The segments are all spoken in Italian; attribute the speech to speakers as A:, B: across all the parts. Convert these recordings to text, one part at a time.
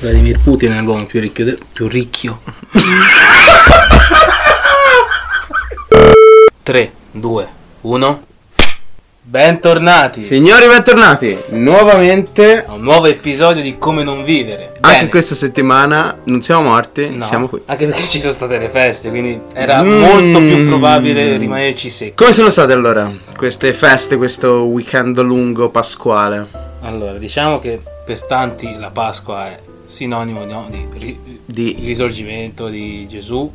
A: Vladimir Putin è l'uomo più ricchio. de- più ricchio. 3, 2, 1. Bentornati
B: Signori, bentornati nuovamente.
A: a un nuovo episodio di Come non vivere.
B: Anche questa settimana non siamo morti,
A: No,
B: siamo qui.
A: Anche perché ci sono state le feste, quindi era
B: Mm.
A: molto più probabile rimanerci secchi.
B: Come sono state allora queste feste, questo weekend lungo pasquale?
A: Allora, diciamo che per tanti la Pasqua è sinonimo no, di ri- il
B: Di,
A: risorgimento di Gesù,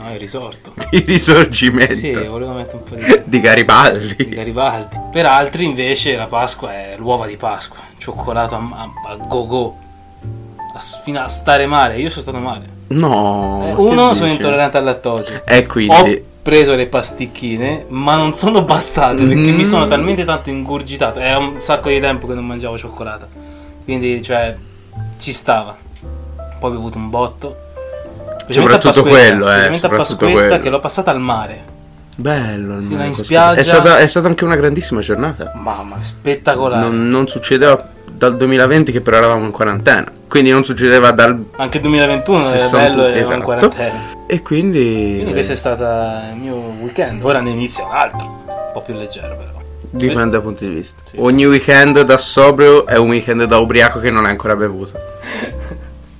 A: no, è risorto.
B: di risorgimento
A: Sì, volevo mettere un po' di...
B: di
A: di
B: Garibaldi.
A: Garibaldi. Per altri invece la Pasqua è l'uova di Pasqua, cioccolato a, a- a go-go, a s- fino a stare male. Io sono stato male.
B: No,
A: Eh,
B: Oh, che
A: uno,
B: dici?
A: sono intollerante al lattosio.
B: E
A: Ho
B: quindi,
A: preso le pasticchine, ma non sono bastate perché
B: Mm.
A: mi sono talmente tanto ingurgitato. Era un sacco di tempo che non mangiavo cioccolata. Quindi, cioè, ci stava. Poi ho bevuto un botto. Specialmente a
B: Soprattutto
A: Pasquetta,
B: quello, eh,
A: specialmente a
B: soprattutto
A: Pasquetta
B: quello.
A: che l'ho passata al mare.
B: bello il
A: Fino
B: mare
A: in
B: pasquale.
A: spiaggia.
B: È stata, è stata anche una grandissima giornata.
A: Mamma, spettacolare.
B: Non, non succedeva dal 2020 che però eravamo in quarantena. Quindi non succedeva dal...
A: Anche il 2021 era
B: 61,
A: bello e
B: esatto.
A: in quarantena.
B: E quindi...
A: Quindi questo è stato il mio weekend. Ora ne inizia un altro, un po' più leggero però.
B: Dipende dal punto di vista.
A: Sì.
B: Ogni weekend da sobrio è un weekend da ubriaco che non hai ancora bevuto.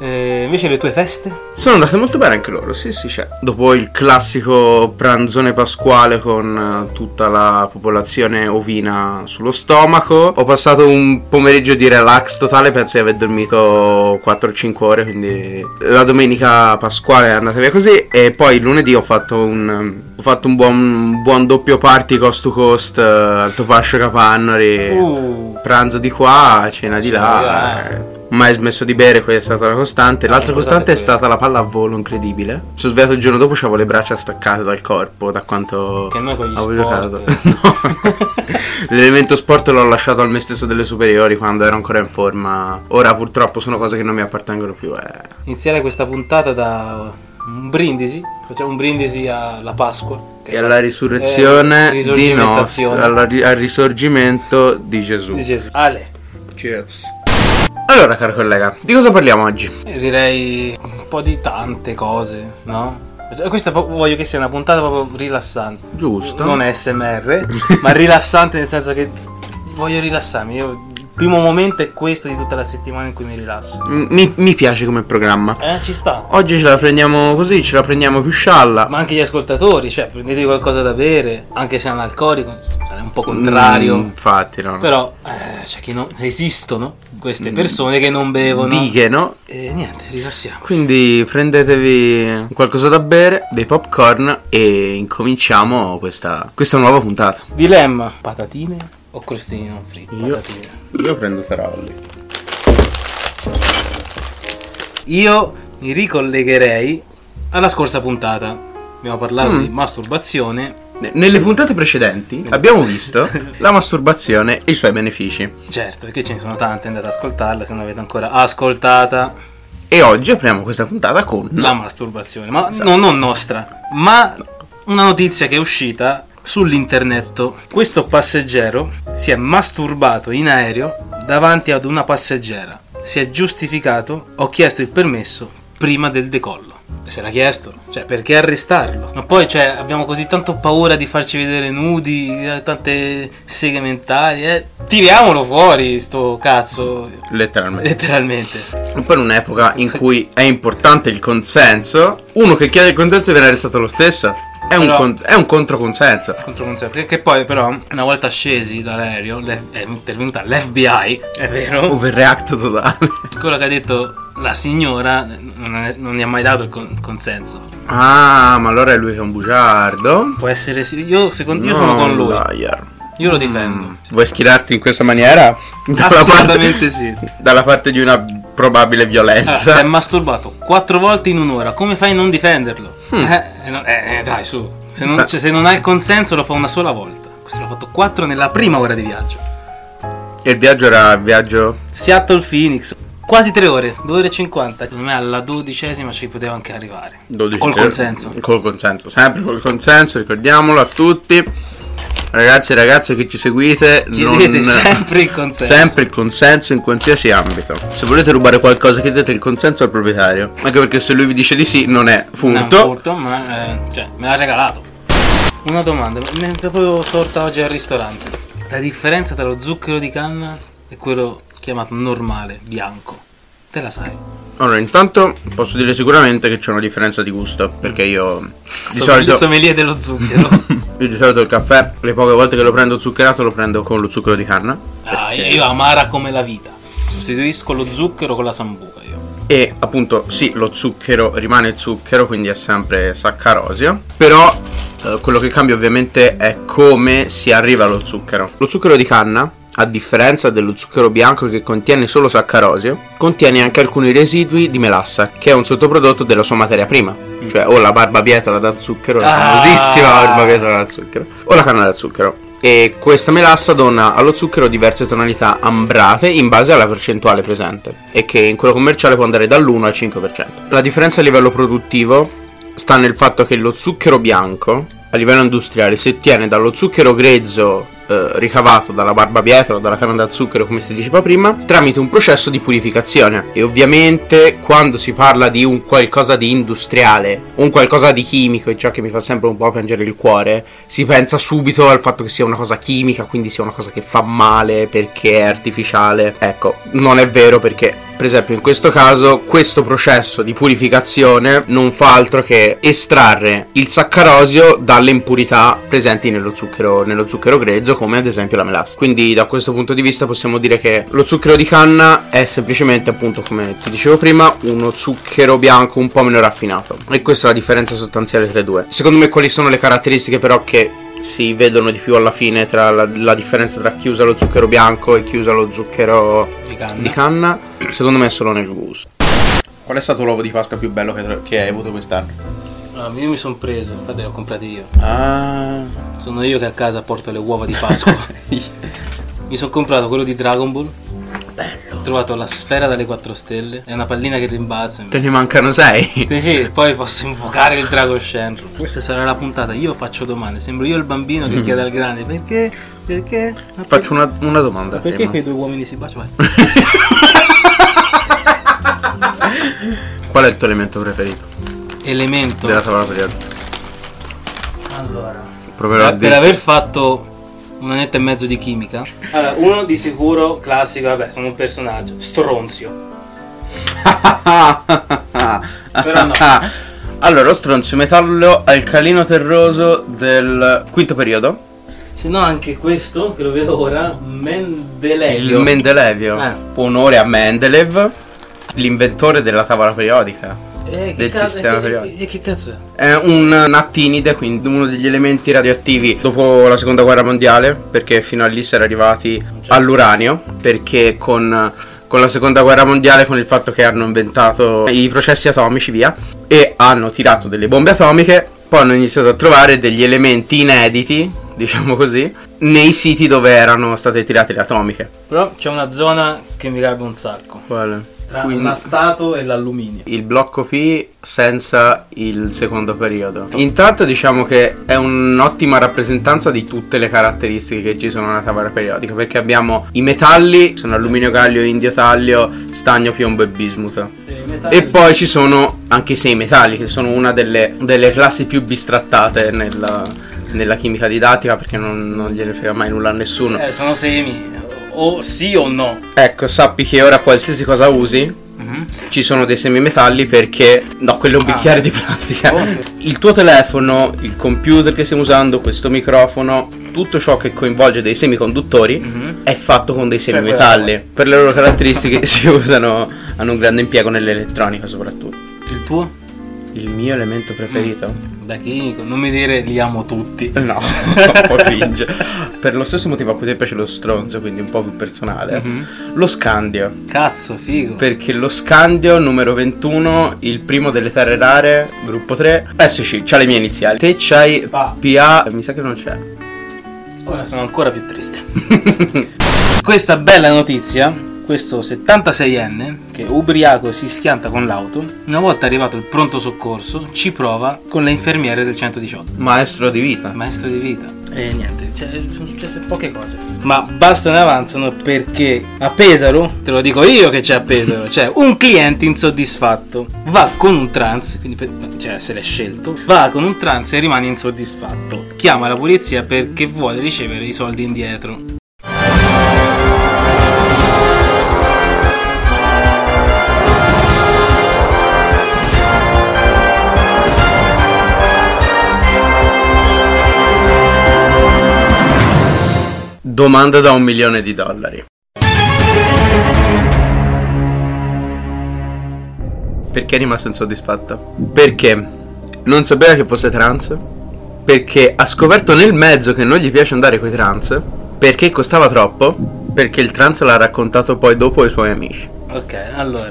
A: Eh, invece le tue feste?
B: Sono andate molto bene anche loro, sì sì c'è. Dopo il classico pranzone pasquale con eh, tutta la popolazione ovina sullo stomaco, ho passato un pomeriggio di relax totale, penso di aver dormito 4-5 ore, quindi la domenica pasquale è andata via così e poi lunedì ho fatto un, ho fatto un buon, un buon doppio party cost to cost, eh, al Topascio Capannori.
A: Uh,
B: pranzo di qua,
A: Cena
B: cena di
A: di
B: là.
A: là.
B: eh. Mai smesso di bere, quella è stata la costante. L'altra
A: Ah,
B: costante è
A: guardate
B: stata la palla a volo incredibile. Mi Sono svegliato il giorno dopo, avevo le braccia staccate dal corpo, da quanto
A: Che noi con gli
B: avevo
A: sport-
B: giocato. No. L'elemento sport l'ho lasciato al me stesso delle superiori quando ero ancora in forma. Ora purtroppo sono cose che non mi appartengono più. eh.
A: iniziare questa puntata da un brindisi. Facciamo un brindisi alla Pasqua. che
B: E
A: è
B: alla
A: la- eh,
B: risurrezione di nostro,
A: risorgimentazione
B: alla ri- al risorgimento di Gesù.
A: di Gesù. Ale,
B: Cheers. Allora, caro collega, di cosa parliamo oggi?
A: eh, direi un po' di tante cose, no? Cioè, Questa po- voglio che sia una puntata proprio rilassante.
B: Giusto.
A: Non SMR, ma rilassante nel senso che voglio rilassarmi. Io- il primo momento è questo di tutta la settimana in cui mi rilasso.
B: M- Mi, mi piace come programma.
A: Eh, ci sta.
B: Oggi ce la prendiamo così, ce la prendiamo più scialla.
A: Ma anche gli ascoltatori, cioè, prendetevi qualcosa da bere, anche se è analcolico, sarei un po' contrario.
B: Mm, infatti, no.
A: Però, eh, c'è chi non... esistono
B: Mm.
A: queste persone che non bevono.
B: Dighe, no?
A: E niente, rilassiamo.
B: Quindi prendetevi qualcosa da bere, dei popcorn e incominciamo questa, questa nuova puntata.
A: Dilemma, patatine o crostini non fritti?
B: Io-
A: Patatine.
B: Io prendo Feralli.
A: Io mi ricollegherei alla scorsa puntata. Abbiamo parlato
B: Mm.
A: di masturbazione.
B: Nelle puntate precedenti abbiamo visto la masturbazione e i suoi benefici.
A: Certo, perché ce ne sono tante, andate ad ascoltarla se non l'avete ancora ascoltata.
B: E oggi apriamo questa puntata con
A: La masturbazione, ma no, non nostra, ma una notizia che è uscita sull'internet. Questo passeggero si è masturbato in aereo davanti ad una passeggera. Si è giustificato, ho chiesto il permesso prima del decollo. E Se l'ha chiesto, cioè perché arrestarlo? Ma poi cioè, abbiamo così tanto paura di farci vedere nudi, eh, tante seghe mentali, eh. Tiriamolo fuori sto cazzo,
B: letteralmente.
A: letteralmente.
B: Poi in un'epoca in cui è importante il consenso, uno che chiede il consenso viene arrestato lo stesso. È un,
A: Però-
B: con- è un controconsenso.
A: contro consenso. Che, che poi, però, una volta scesi dall'aereo, le- è intervenuta l'FBI, è vero?
B: Overreact totale.
A: Quello che ha detto la signora non, è- non gli ha mai dato il con- consenso.
B: Ah, ma allora è lui che è un bugiardo.
A: Può essere. sì. Io, secondo, io
B: No, Mm.
A: sono con lui.
B: liar.
A: Io lo difendo.
B: Vuoi schierarti in questa maniera? Dalla
A: Assolutamente
B: parte-
A: sì.
B: Dalla parte di una probabile
A: Allora, si Ah, è
B: violenza.
A: masturbato quattro volte in un'ora. Come fai a non difenderlo? Eh, eh, no- eh, eh, dai, su. Se non,
B: Hmm. Beh.
A: cioè, se non hai il consenso, lo fa una sola volta. Questo l'ha fatto quattro nella prima ora di viaggio.
B: E il viaggio era il viaggio.
A: Seattle Phoenix. Quasi 3 ore, 2 ore e 50. Secondo me alla dodicesima ci poteva anche arrivare.
B: 12
A: Col
B: tre-
A: consenso.
B: Col consenso, sempre col consenso, ricordiamolo a tutti. Ragazzi e ragazze che ci seguite,
A: Chiedete
B: non-
A: sempre il consenso.
B: Sempre il consenso in qualsiasi ambito. Se volete rubare qualcosa, chiedete il consenso al proprietario. Anche perché se lui vi dice di sì, non è
A: No,
B: furto.
A: furto, ma eh, cioè, me l'ha regalato. Una domanda, me- me- proprio sorta oggi al ristorante. La differenza tra lo zucchero di canna e quello chiamato normale, bianco. Te la sai?
B: Allora, intanto posso dire sicuramente che c'è una differenza di gusto. Perché io di
A: Sono
B: solito.
A: il sommelier dello zucchero.
B: Io di solito il caffè, le poche volte che lo prendo zuccherato, lo prendo con lo zucchero di canna.
A: Ah,
B: Perché-
A: io amara come la vita. Sostituisco lo zucchero con la sambuca io.
B: E appunto sì, lo zucchero rimane zucchero, quindi è sempre saccarosio. Però eh, quello che cambia ovviamente è come si arriva allo zucchero. Lo zucchero di canna, a differenza dello zucchero bianco che contiene solo saccarosio, contiene anche alcuni residui di melassa, che è un sottoprodotto della sua materia prima. Cioè o la barbabietola da zucchero, la
A: Ah.
B: famosissima barbabietola da zucchero, o la canna da zucchero. E questa melassa dona allo zucchero diverse tonalità ambrate in base alla percentuale presente e che in quello commerciale può andare dall'1 al 5%. La differenza a livello produttivo sta nel fatto che lo zucchero bianco a livello industriale si ottiene dallo zucchero grezzo eh, ricavato dalla barbabietola o dalla canna da zucchero come si diceva prima tramite un processo di purificazione e ovviamente quando si parla di un qualcosa di industriale un qualcosa di chimico e ciò che mi fa sempre un po' piangere il cuore si pensa subito al fatto che sia una cosa chimica quindi sia una cosa che fa male perché è artificiale ecco non è vero perché per esempio, in questo caso, questo processo di purificazione non fa altro che estrarre il saccarosio dalle impurità presenti nello zucchero, nello zucchero grezzo, come ad esempio la melassa. Quindi, da questo punto di vista, possiamo dire che lo zucchero di canna è semplicemente, appunto, come ti dicevo prima, uno zucchero bianco un po' meno raffinato. E questa è la differenza sostanziale tra i due. Secondo me, quali sono le caratteristiche, però, che si vedono di più alla fine tra la, la differenza tra chi usa lo zucchero bianco e chi usa lo zucchero
A: Di canna.
B: di canna, secondo me è solo nel gusto. Qual è stato l'uovo di Pasqua più bello che, che hai avuto quest'anno?
A: Ah, io mi sono preso, infatti l'ho comprato io.
B: Ah,
A: Sono io che a casa porto le uova di Pasqua. mi sono comprato quello di Dragon Ball.
B: bello.
A: Ho trovato la sfera dalle quattro stelle. È una pallina che rimbalza.
B: Te ne mancano sei.
A: Sì, sì, poi posso invocare il drago Shenron. Questa sarà la puntata. Io faccio domande. Sembro io il bambino che chiede al grande perché? Perché? Ma
B: Mm. Faccio una, una domanda.
A: Perché
B: prima.
A: quei due uomini si baciano?
B: Qual è il tuo elemento preferito
A: Elemento.
B: della tavola periodica?
A: Allora.
B: Proverò a
A: per, per
B: dire.
A: aver fatto un annetto e mezzo di chimica. Allora, uno di sicuro classico, vabbè, sono un personaggio. Stronzio. Però no.
B: Allora, lo stronzio metallo alcalino terroso del quinto periodo.
A: Se no anche questo, che lo vedo ora, Mendelevio.
B: Il Mendelevio.
A: Eh.
B: Onore a Mendeleev, l'inventore della tavola periodica.
A: Eh, che
B: del
A: cazzo-
B: sistema
A: eh, che-
B: periodico.
A: eh, che cazzo è?
B: È un nattinide, quindi uno degli elementi radioattivi dopo la seconda guerra mondiale, perché fino a lì si era arrivati all'uranio, perché con, con la seconda guerra mondiale, con il fatto che hanno inventato i processi atomici, via, e hanno tirato delle bombe atomiche, poi hanno iniziato a trovare degli elementi inediti, diciamo così, nei siti dove erano state tirate le atomiche.
A: Però c'è una zona che mi garba un sacco. Tra
B: Quindi-
A: la stato e l'alluminio.
B: il blocco P senza il secondo periodo. Intanto diciamo che è un'ottima rappresentanza di tutte le caratteristiche che ci sono nella tavola periodica, perché abbiamo i metalli, sono alluminio, gallio, indio, taglio, stagno, piombo e bismuto. E poi ci sono anche i sei metalli, che sono una delle, delle classi più bistrattate nella, nella chimica didattica, perché non, non gliene frega mai nulla a nessuno.
A: Eh, sono semi. O sì o no.
B: Ecco, sappi che ora qualsiasi cosa usi, ci sono dei semimetalli perché no quello è un
A: Ah.
B: bicchiere di plastica
A: Oh.
B: il tuo telefono il computer che stiamo usando questo microfono tutto ciò che coinvolge dei semiconduttori
A: Mhm.
B: è fatto con dei
A: Cioè,
B: semimetalli per le loro caratteristiche si usano hanno un grande impiego nell'elettronica soprattutto
A: Il tuo?
B: il mio elemento preferito
A: Mm. Da chimico. Non mi dire li amo tutti.
B: No, un po' cringe. per lo stesso motivo a cui ti piace lo stronzo, quindi un po' più personale,
A: Mhm.
B: lo scandio.
A: Cazzo, figo.
B: Perché lo Scandio numero 21, il primo delle terre rare, gruppo 3. SC, c'ha le mie iniziali. Te c'hai
A: Pa.
B: PA, mi sa che non c'è.
A: Ora sono ancora più triste. Questa bella notizia, questo 76enne che ubriaco si schianta con l'auto, una volta arrivato il pronto soccorso ci prova con le infermiere del 118.
B: Maestro di vita.
A: Maestro di vita. E niente, cioè, sono successe poche cose. Ma bastano e avanzano perché a Pesaro, te lo dico io che c'è a Pesaro, c'è un cliente insoddisfatto. Va con un trans, quindi per- cioè se l'è scelto, va con un trans e rimane insoddisfatto. Chiama la polizia perché vuole ricevere i soldi indietro.
B: Domanda da un milione di dollari. Perché è rimasto insoddisfatto? Perché non sapeva che fosse trans? Perché ha scoperto nel mezzo che non gli piace andare coi trans? Perché costava troppo? Perché il trans l'ha raccontato poi dopo ai suoi amici.
A: Ok, allora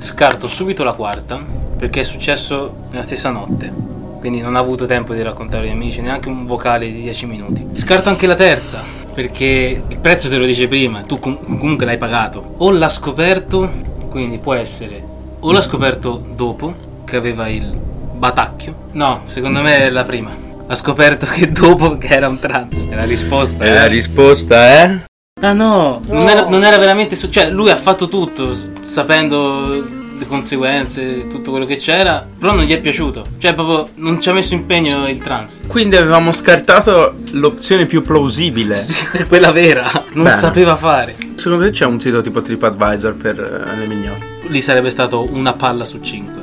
A: scarto subito la quarta perché è successo nella stessa notte. Quindi non ho avuto tempo di raccontare agli amici neanche un vocale di 10 minuti. Scarto anche la terza perché il prezzo te lo dice prima, tu com- comunque l'hai pagato. O l'ha scoperto, quindi può essere o l'ha scoperto dopo che aveva il batacchio. No, secondo me è la prima. Ha scoperto che dopo che era un trans. È la risposta.
B: E la
A: eh.
B: risposta è...
A: Ah no, Non, era, non era veramente su- cioè lui ha fatto tutto s- sapendo le conseguenze, tutto quello che c'era, però non gli è piaciuto, cioè proprio non ci ha messo impegno il trans.
B: Quindi avevamo scartato l'opzione più plausibile.
A: Quella vera, non
B: Bene.
A: sapeva fare.
B: Secondo te c'è un sito tipo TripAdvisor per eh, le mignotte?
A: Lì sarebbe stato una palla su 5.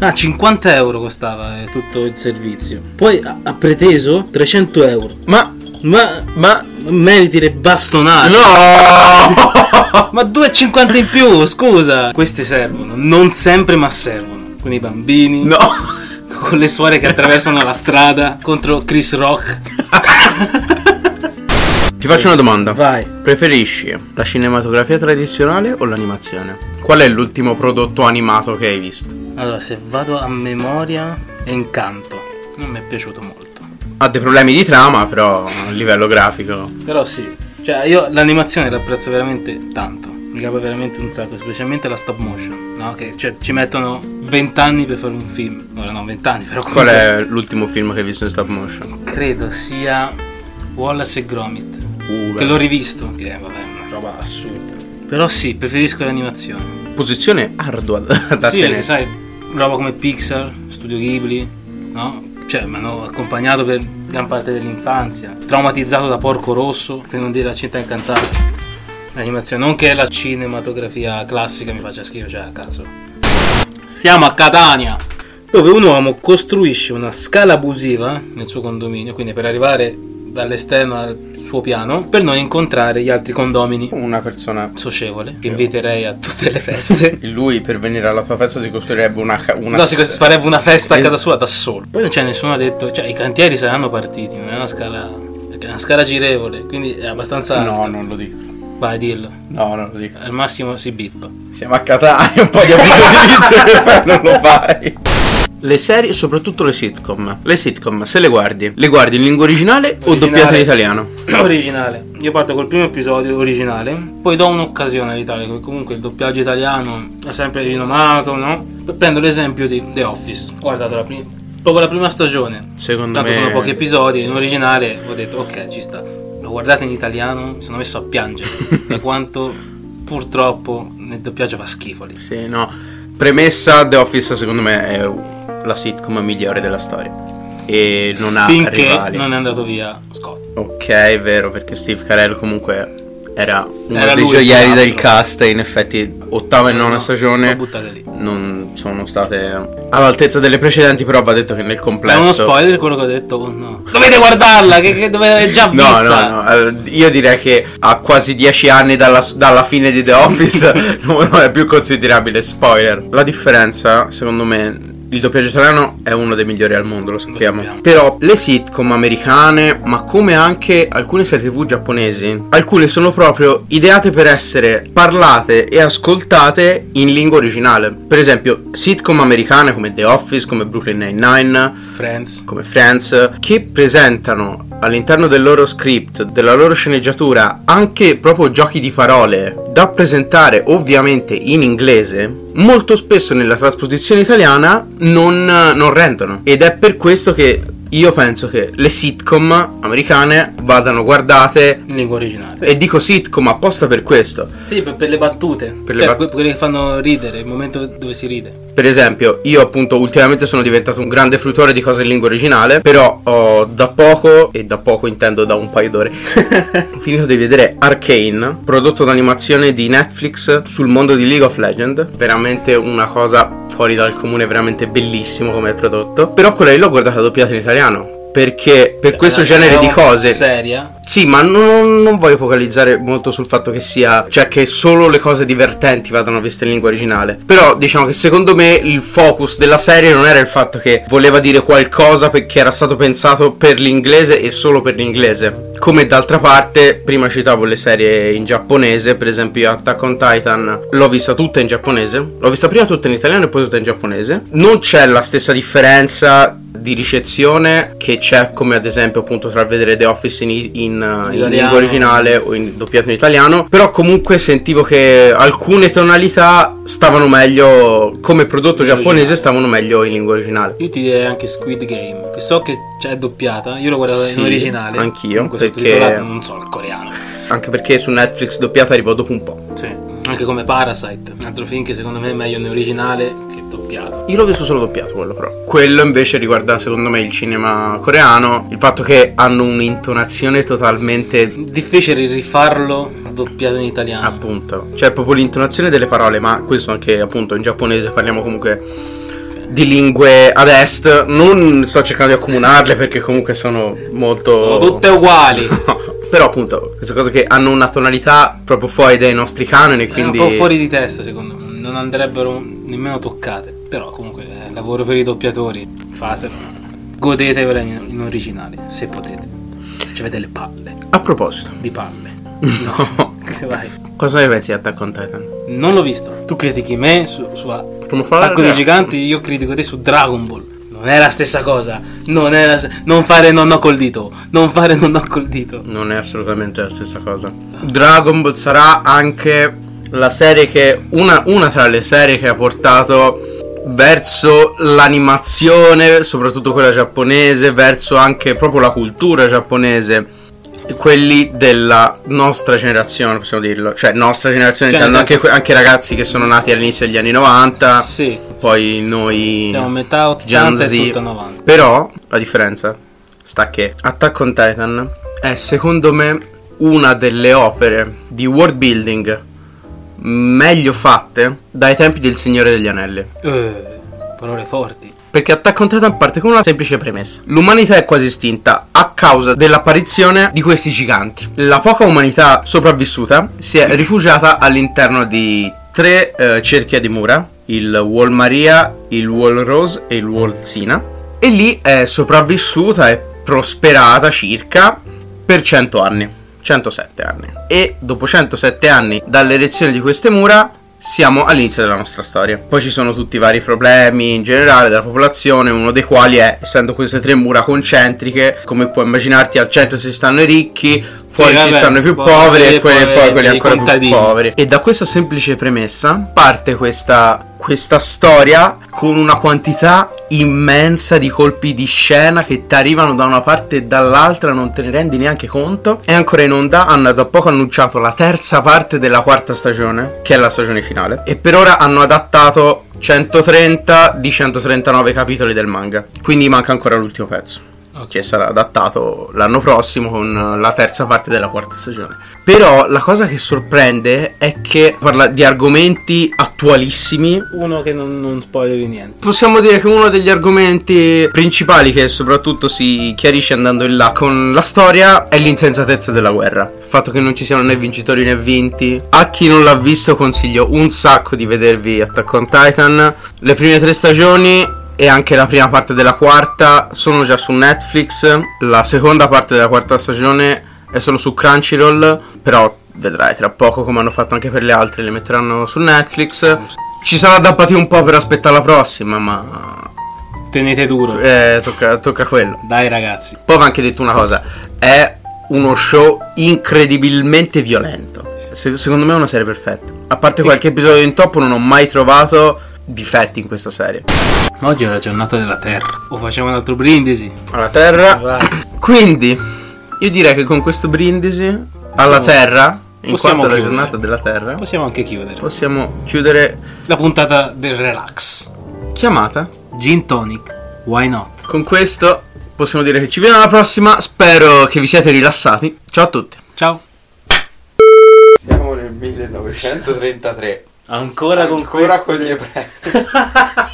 A: Ah, 50 euro costava eh, tutto il servizio. Poi ha, ha preteso 300 euro.
B: Ma...
A: Ma
B: Ma...
A: meriti le bastonate.
B: No!
A: Ma 2,50 in più, scusa. Queste servono, non sempre ma servono. Con i bambini.
B: no!
A: con le suore che attraversano la strada contro Chris Rock.
B: Ti faccio una domanda.
A: Vai.
B: Preferisci la cinematografia tradizionale o l'animazione? Qual è l'ultimo prodotto animato che hai visto?
A: Allora, se vado a memoria, è incanto. Non mi è piaciuto molto.
B: Ha dei problemi di trama, però a livello grafico.
A: Però sì, cioè io l'animazione l'apprezzo veramente tanto. Mi cava veramente un sacco, specialmente la stop motion, no? Che cioè, ci mettono 20 anni per fare un film. Ora no, 20 anni, però
B: Qual
A: comunque-
B: è l'ultimo film che hai visto in stop motion?
A: Credo sia Wallace e Gromit.
B: Uh,
A: Che l'ho rivisto, che è, vabbè, è una roba assurda. Però sì, preferisco l'animazione.
B: Posizione ardua da da
A: sì,
B: tenere.
A: sai, roba come Pixar, Studio Ghibli, no? Cioè, mi hanno accompagnato per gran parte dell'infanzia. Traumatizzato da Porco Rosso, per non dire la città incantata. L'animazione, non che la cinematografia classica mi faccia schifo, cioè, cazzo. Siamo a Catania, dove un uomo costruisce una scala abusiva nel suo condominio, quindi per arrivare dall'esterno al suo piano, per non incontrare gli altri condomini.
B: Una persona...
A: Socievole, che inviterei a tutte le feste.
B: Lui per venire alla tua festa si costruirebbe una... ca- una
A: No, si
B: s-
A: farebbe una festa a casa sua da solo. Poi non c'è nessuno ha detto, cioè i cantieri saranno partiti, non è una scala, perché è una scala girevole, quindi è abbastanza...
B: No,
A: alta.
B: non lo dico.
A: Vai, dillo.
B: No, non lo dico.
A: Al massimo si bippa.
B: Siamo a Catania, un po' di abitudinizio che fai, non lo fai. Le serie, soprattutto le sitcom. Le sitcom, se le guardi, le guardi in lingua originale, o
A: Originale.
B: doppiate in italiano?
A: originale. Io parto col primo episodio originale, poi do un'occasione all'Italia, che comunque il doppiaggio italiano è sempre rinomato, no? Prendo l'esempio di The Office. Guardate la prima... Proprio la prima stagione.
B: Secondo
A: Tanto
B: me-
A: sono pochi episodi, in originale ho detto ok ci sta. L'ho guardata in italiano, mi sono messo a piangere. da quanto purtroppo nel doppiaggio fa schifo lì.
B: Sì, no. Premessa, The Office secondo me è la sitcom migliore della storia. E non ha
A: Finché
B: Ah, rivali.
A: non è andato via Scott.
B: Ok, è vero, perché Steve Carell comunque era uno
A: Era
B: dei
A: lui esatto. il
B: gioielli
A: pilastro.
B: del cast e in effetti ottava e
A: No,
B: nona
A: no,
B: stagione
A: l'ho buttata lì.
B: non sono state all'altezza delle precedenti, però va detto che nel
A: È
B: complesso...
A: uno spoiler quello che ho detto, oh no. Dovete guardarla, che, che dovete è già
B: No,
A: vista.
B: no, no, eh, io direi che a quasi dieci anni dalla, dalla fine di The Office non non è più considerabile spoiler. La differenza, secondo me, il doppiaggio italiano è uno dei migliori al mondo, lo sappiamo.
A: sappiamo.
B: Però le sitcom americane, ma come anche alcune serie tv giapponesi, alcune sono proprio ideate per essere parlate e ascoltate in lingua originale. Per esempio, sitcom americane come The Office, come Brooklyn Nine-Nine,
A: Friends.
B: come Friends, che presentano all'interno del loro script, della loro sceneggiatura, anche proprio giochi di parole da presentare ovviamente in inglese, molto spesso nella trasposizione italiana non, non rendono. Ed è per questo che Io penso che le sitcom americane vadano guardate
A: in lingua originale.
B: e dico sitcom apposta per questo.
A: Sì, per, per le battute,
B: le
A: Cioè,
B: bat-
A: que- quelle che fanno ridere, il momento dove si ride.
B: Per esempio, io appunto ultimamente sono diventato un grande fruitore di cose in lingua originale, però ho da poco, e da poco intendo da un paio d'ore, ho finito di vedere Arcane, prodotto d'animazione di Netflix sul mondo di League of Legends. Veramente una cosa fuori dal comune, veramente bellissimo come prodotto. Però quella lì l'ho guardata doppiata in italiano. Perché per questo
A: Cioè,
B: genere di
A: una
B: cose
A: Seria.
B: sì, ma non, non voglio focalizzare molto sul fatto che sia. Cioè, che solo le cose divertenti vadano viste in lingua originale. Però, diciamo che secondo me il focus della serie non era il fatto che voleva dire qualcosa pe- che era stato pensato per l'inglese e solo per l'inglese. Come d'altra parte, prima citavo le serie in giapponese, per esempio io Attack on Titan l'ho vista tutta in giapponese. L'ho vista prima tutta in italiano e poi tutta in giapponese. Non c'è la stessa differenza di ricezione che c'è come ad esempio appunto tra vedere The Office in, in- in lingua originale o in doppiato in italiano però comunque sentivo che alcune tonalità stavano meglio come prodotto giapponese stavano meglio in lingua originale
A: Io ti direi anche Squid Game, che so che c'è doppiata, io l'ho guardata
B: Sì,
A: in originale.
B: anch'io,
A: comunque
B: perché-
A: sottotitolata, non so il coreano.
B: anche perché su Netflix doppiata arrivò dopo un po'
A: Sì. Anche come Parasite, un altro film che secondo me è meglio in originale che doppiato.
B: Io l'ho visto solo doppiato quello però. Quello invece riguarda secondo me il cinema coreano, il fatto che hanno un'intonazione totalmente
A: Difficile rifarlo doppiato in italiano.
B: Appunto, cioè proprio l'intonazione delle parole, ma questo anche appunto in giapponese parliamo comunque di lingue ad est, non sto cercando di accomunarle perché comunque sono molto...
A: Sono tutte uguali.
B: Però appunto, questa cosa che hanno una tonalità proprio fuori dai nostri canoni, quindi...
A: È un po' Eh, fuori di testa secondo me, non andrebbero nemmeno toccate. Però comunque eh, lavoro per i doppiatori, fatelo. Godetevela in, in originale, se potete. Se ci avete le palle,
B: A proposito,
A: di palle.
B: no.
A: Vai.
B: cosa ne pensi di Attack on Titan?
A: Non l'ho visto. Tu critichi me su, su
B: Potremmo fare...
A: Attacco dei Giganti, io critico te su Dragon Ball. Non è la stessa cosa. Non è la st- non fare nonno col dito. Non fare nonno col dito.
B: Non è assolutamente la stessa cosa. Dragon Ball sarà anche la serie che. Una, una tra le serie che ha portato verso l'animazione, soprattutto quella giapponese, verso anche proprio la cultura giapponese. Quelli della nostra generazione, possiamo dirlo. Cioè, nostra generazione,
A: Cioè, nel
B: intendo anche,
A: senso-
B: que- anche ragazzi che sono nati all'inizio degli anni 90.
A: Sì.
B: Poi noi.
A: Siamo a metà 80
B: Gen Z.
A: e tutto 90.
B: Però la differenza sta che Attack on Titan è secondo me una delle opere di world building meglio fatte dai tempi del Signore degli Anelli.
A: Eh, parole forti.
B: Perché Attack on Titan parte con una semplice premessa. L'umanità è quasi estinta a causa dell'apparizione di questi giganti. La poca umanità sopravvissuta si è rifugiata all'interno di tre eh, cerchie di mura, il Wall Maria, il Wall Rose e il Wall Sina. E lì è sopravvissuta e prosperata circa per 100 anni. 107 anni. E dopo 107 anni dall'erezione di queste mura siamo all'inizio della nostra storia. Poi ci sono tutti i vari problemi in generale della popolazione, uno dei quali è, essendo queste tre mura concentriche, come puoi immaginarti, al centro ci stanno i ricchi, fuori ci
A: vabbè,
B: stanno i più
A: poveri,
B: poveri e
A: dei
B: poi, poi
A: poveri,
B: quelli
A: dei
B: ancora
A: contadini.
B: più poveri. E da questa semplice premessa parte questa, questa storia con una quantità immensa di colpi di scena che ti arrivano da una parte e dall'altra, non te ne rendi neanche conto. È ancora in onda, hanno da poco annunciato la terza parte della quarta stagione, che è la stagione finale. E per ora hanno adattato 130 di 139 capitoli del manga. Quindi manca ancora l'ultimo pezzo che sarà adattato l'anno prossimo con la terza parte della quarta stagione. Però la cosa che sorprende è che parla di argomenti attualissimi.
A: Uno che non, non spoileri niente.
B: Possiamo dire che uno degli argomenti principali che soprattutto si chiarisce andando in là con la storia è l'insensatezza della guerra. Il fatto che non ci siano né vincitori né vinti. A chi non l'ha visto consiglio un sacco di vedervi Attack on Titan. Le prime tre stagioni e anche la prima parte della quarta sono già su Netflix. La seconda parte della quarta stagione è solo su Crunchyroll, però vedrai tra poco come hanno fatto anche per le altre, le metteranno su Netflix. Ci sarà da patire un po' per aspettare la prossima, ma
A: Tenete duro.
B: eh, tocca, tocca quello.
A: Dai ragazzi.
B: Poi va anche detto una cosa, è uno show incredibilmente violento. Se- secondo me è una serie perfetta. A parte qualche episodio in top non ho mai trovato difetti in questa serie.
A: Oggi è la giornata della Terra. O facciamo un altro brindisi.
B: Alla Terra.
A: Vai.
B: Quindi, io direi che con questo brindisi
A: Possiamo-
B: alla Terra, in
A: possiamo
B: quanto è la
A: chiudere.
B: giornata della Terra,
A: Possiamo anche chiudere.
B: possiamo chiudere
A: La puntata del relax.
B: chiamata.
A: Gin tonic. Why not?
B: Con questo possiamo dire che ci vediamo alla prossima, spero che vi siate rilassati. Ciao a tutti.
A: Ciao.
C: Siamo nel 1933.
A: Ancora
C: Ancora con gli ebrei.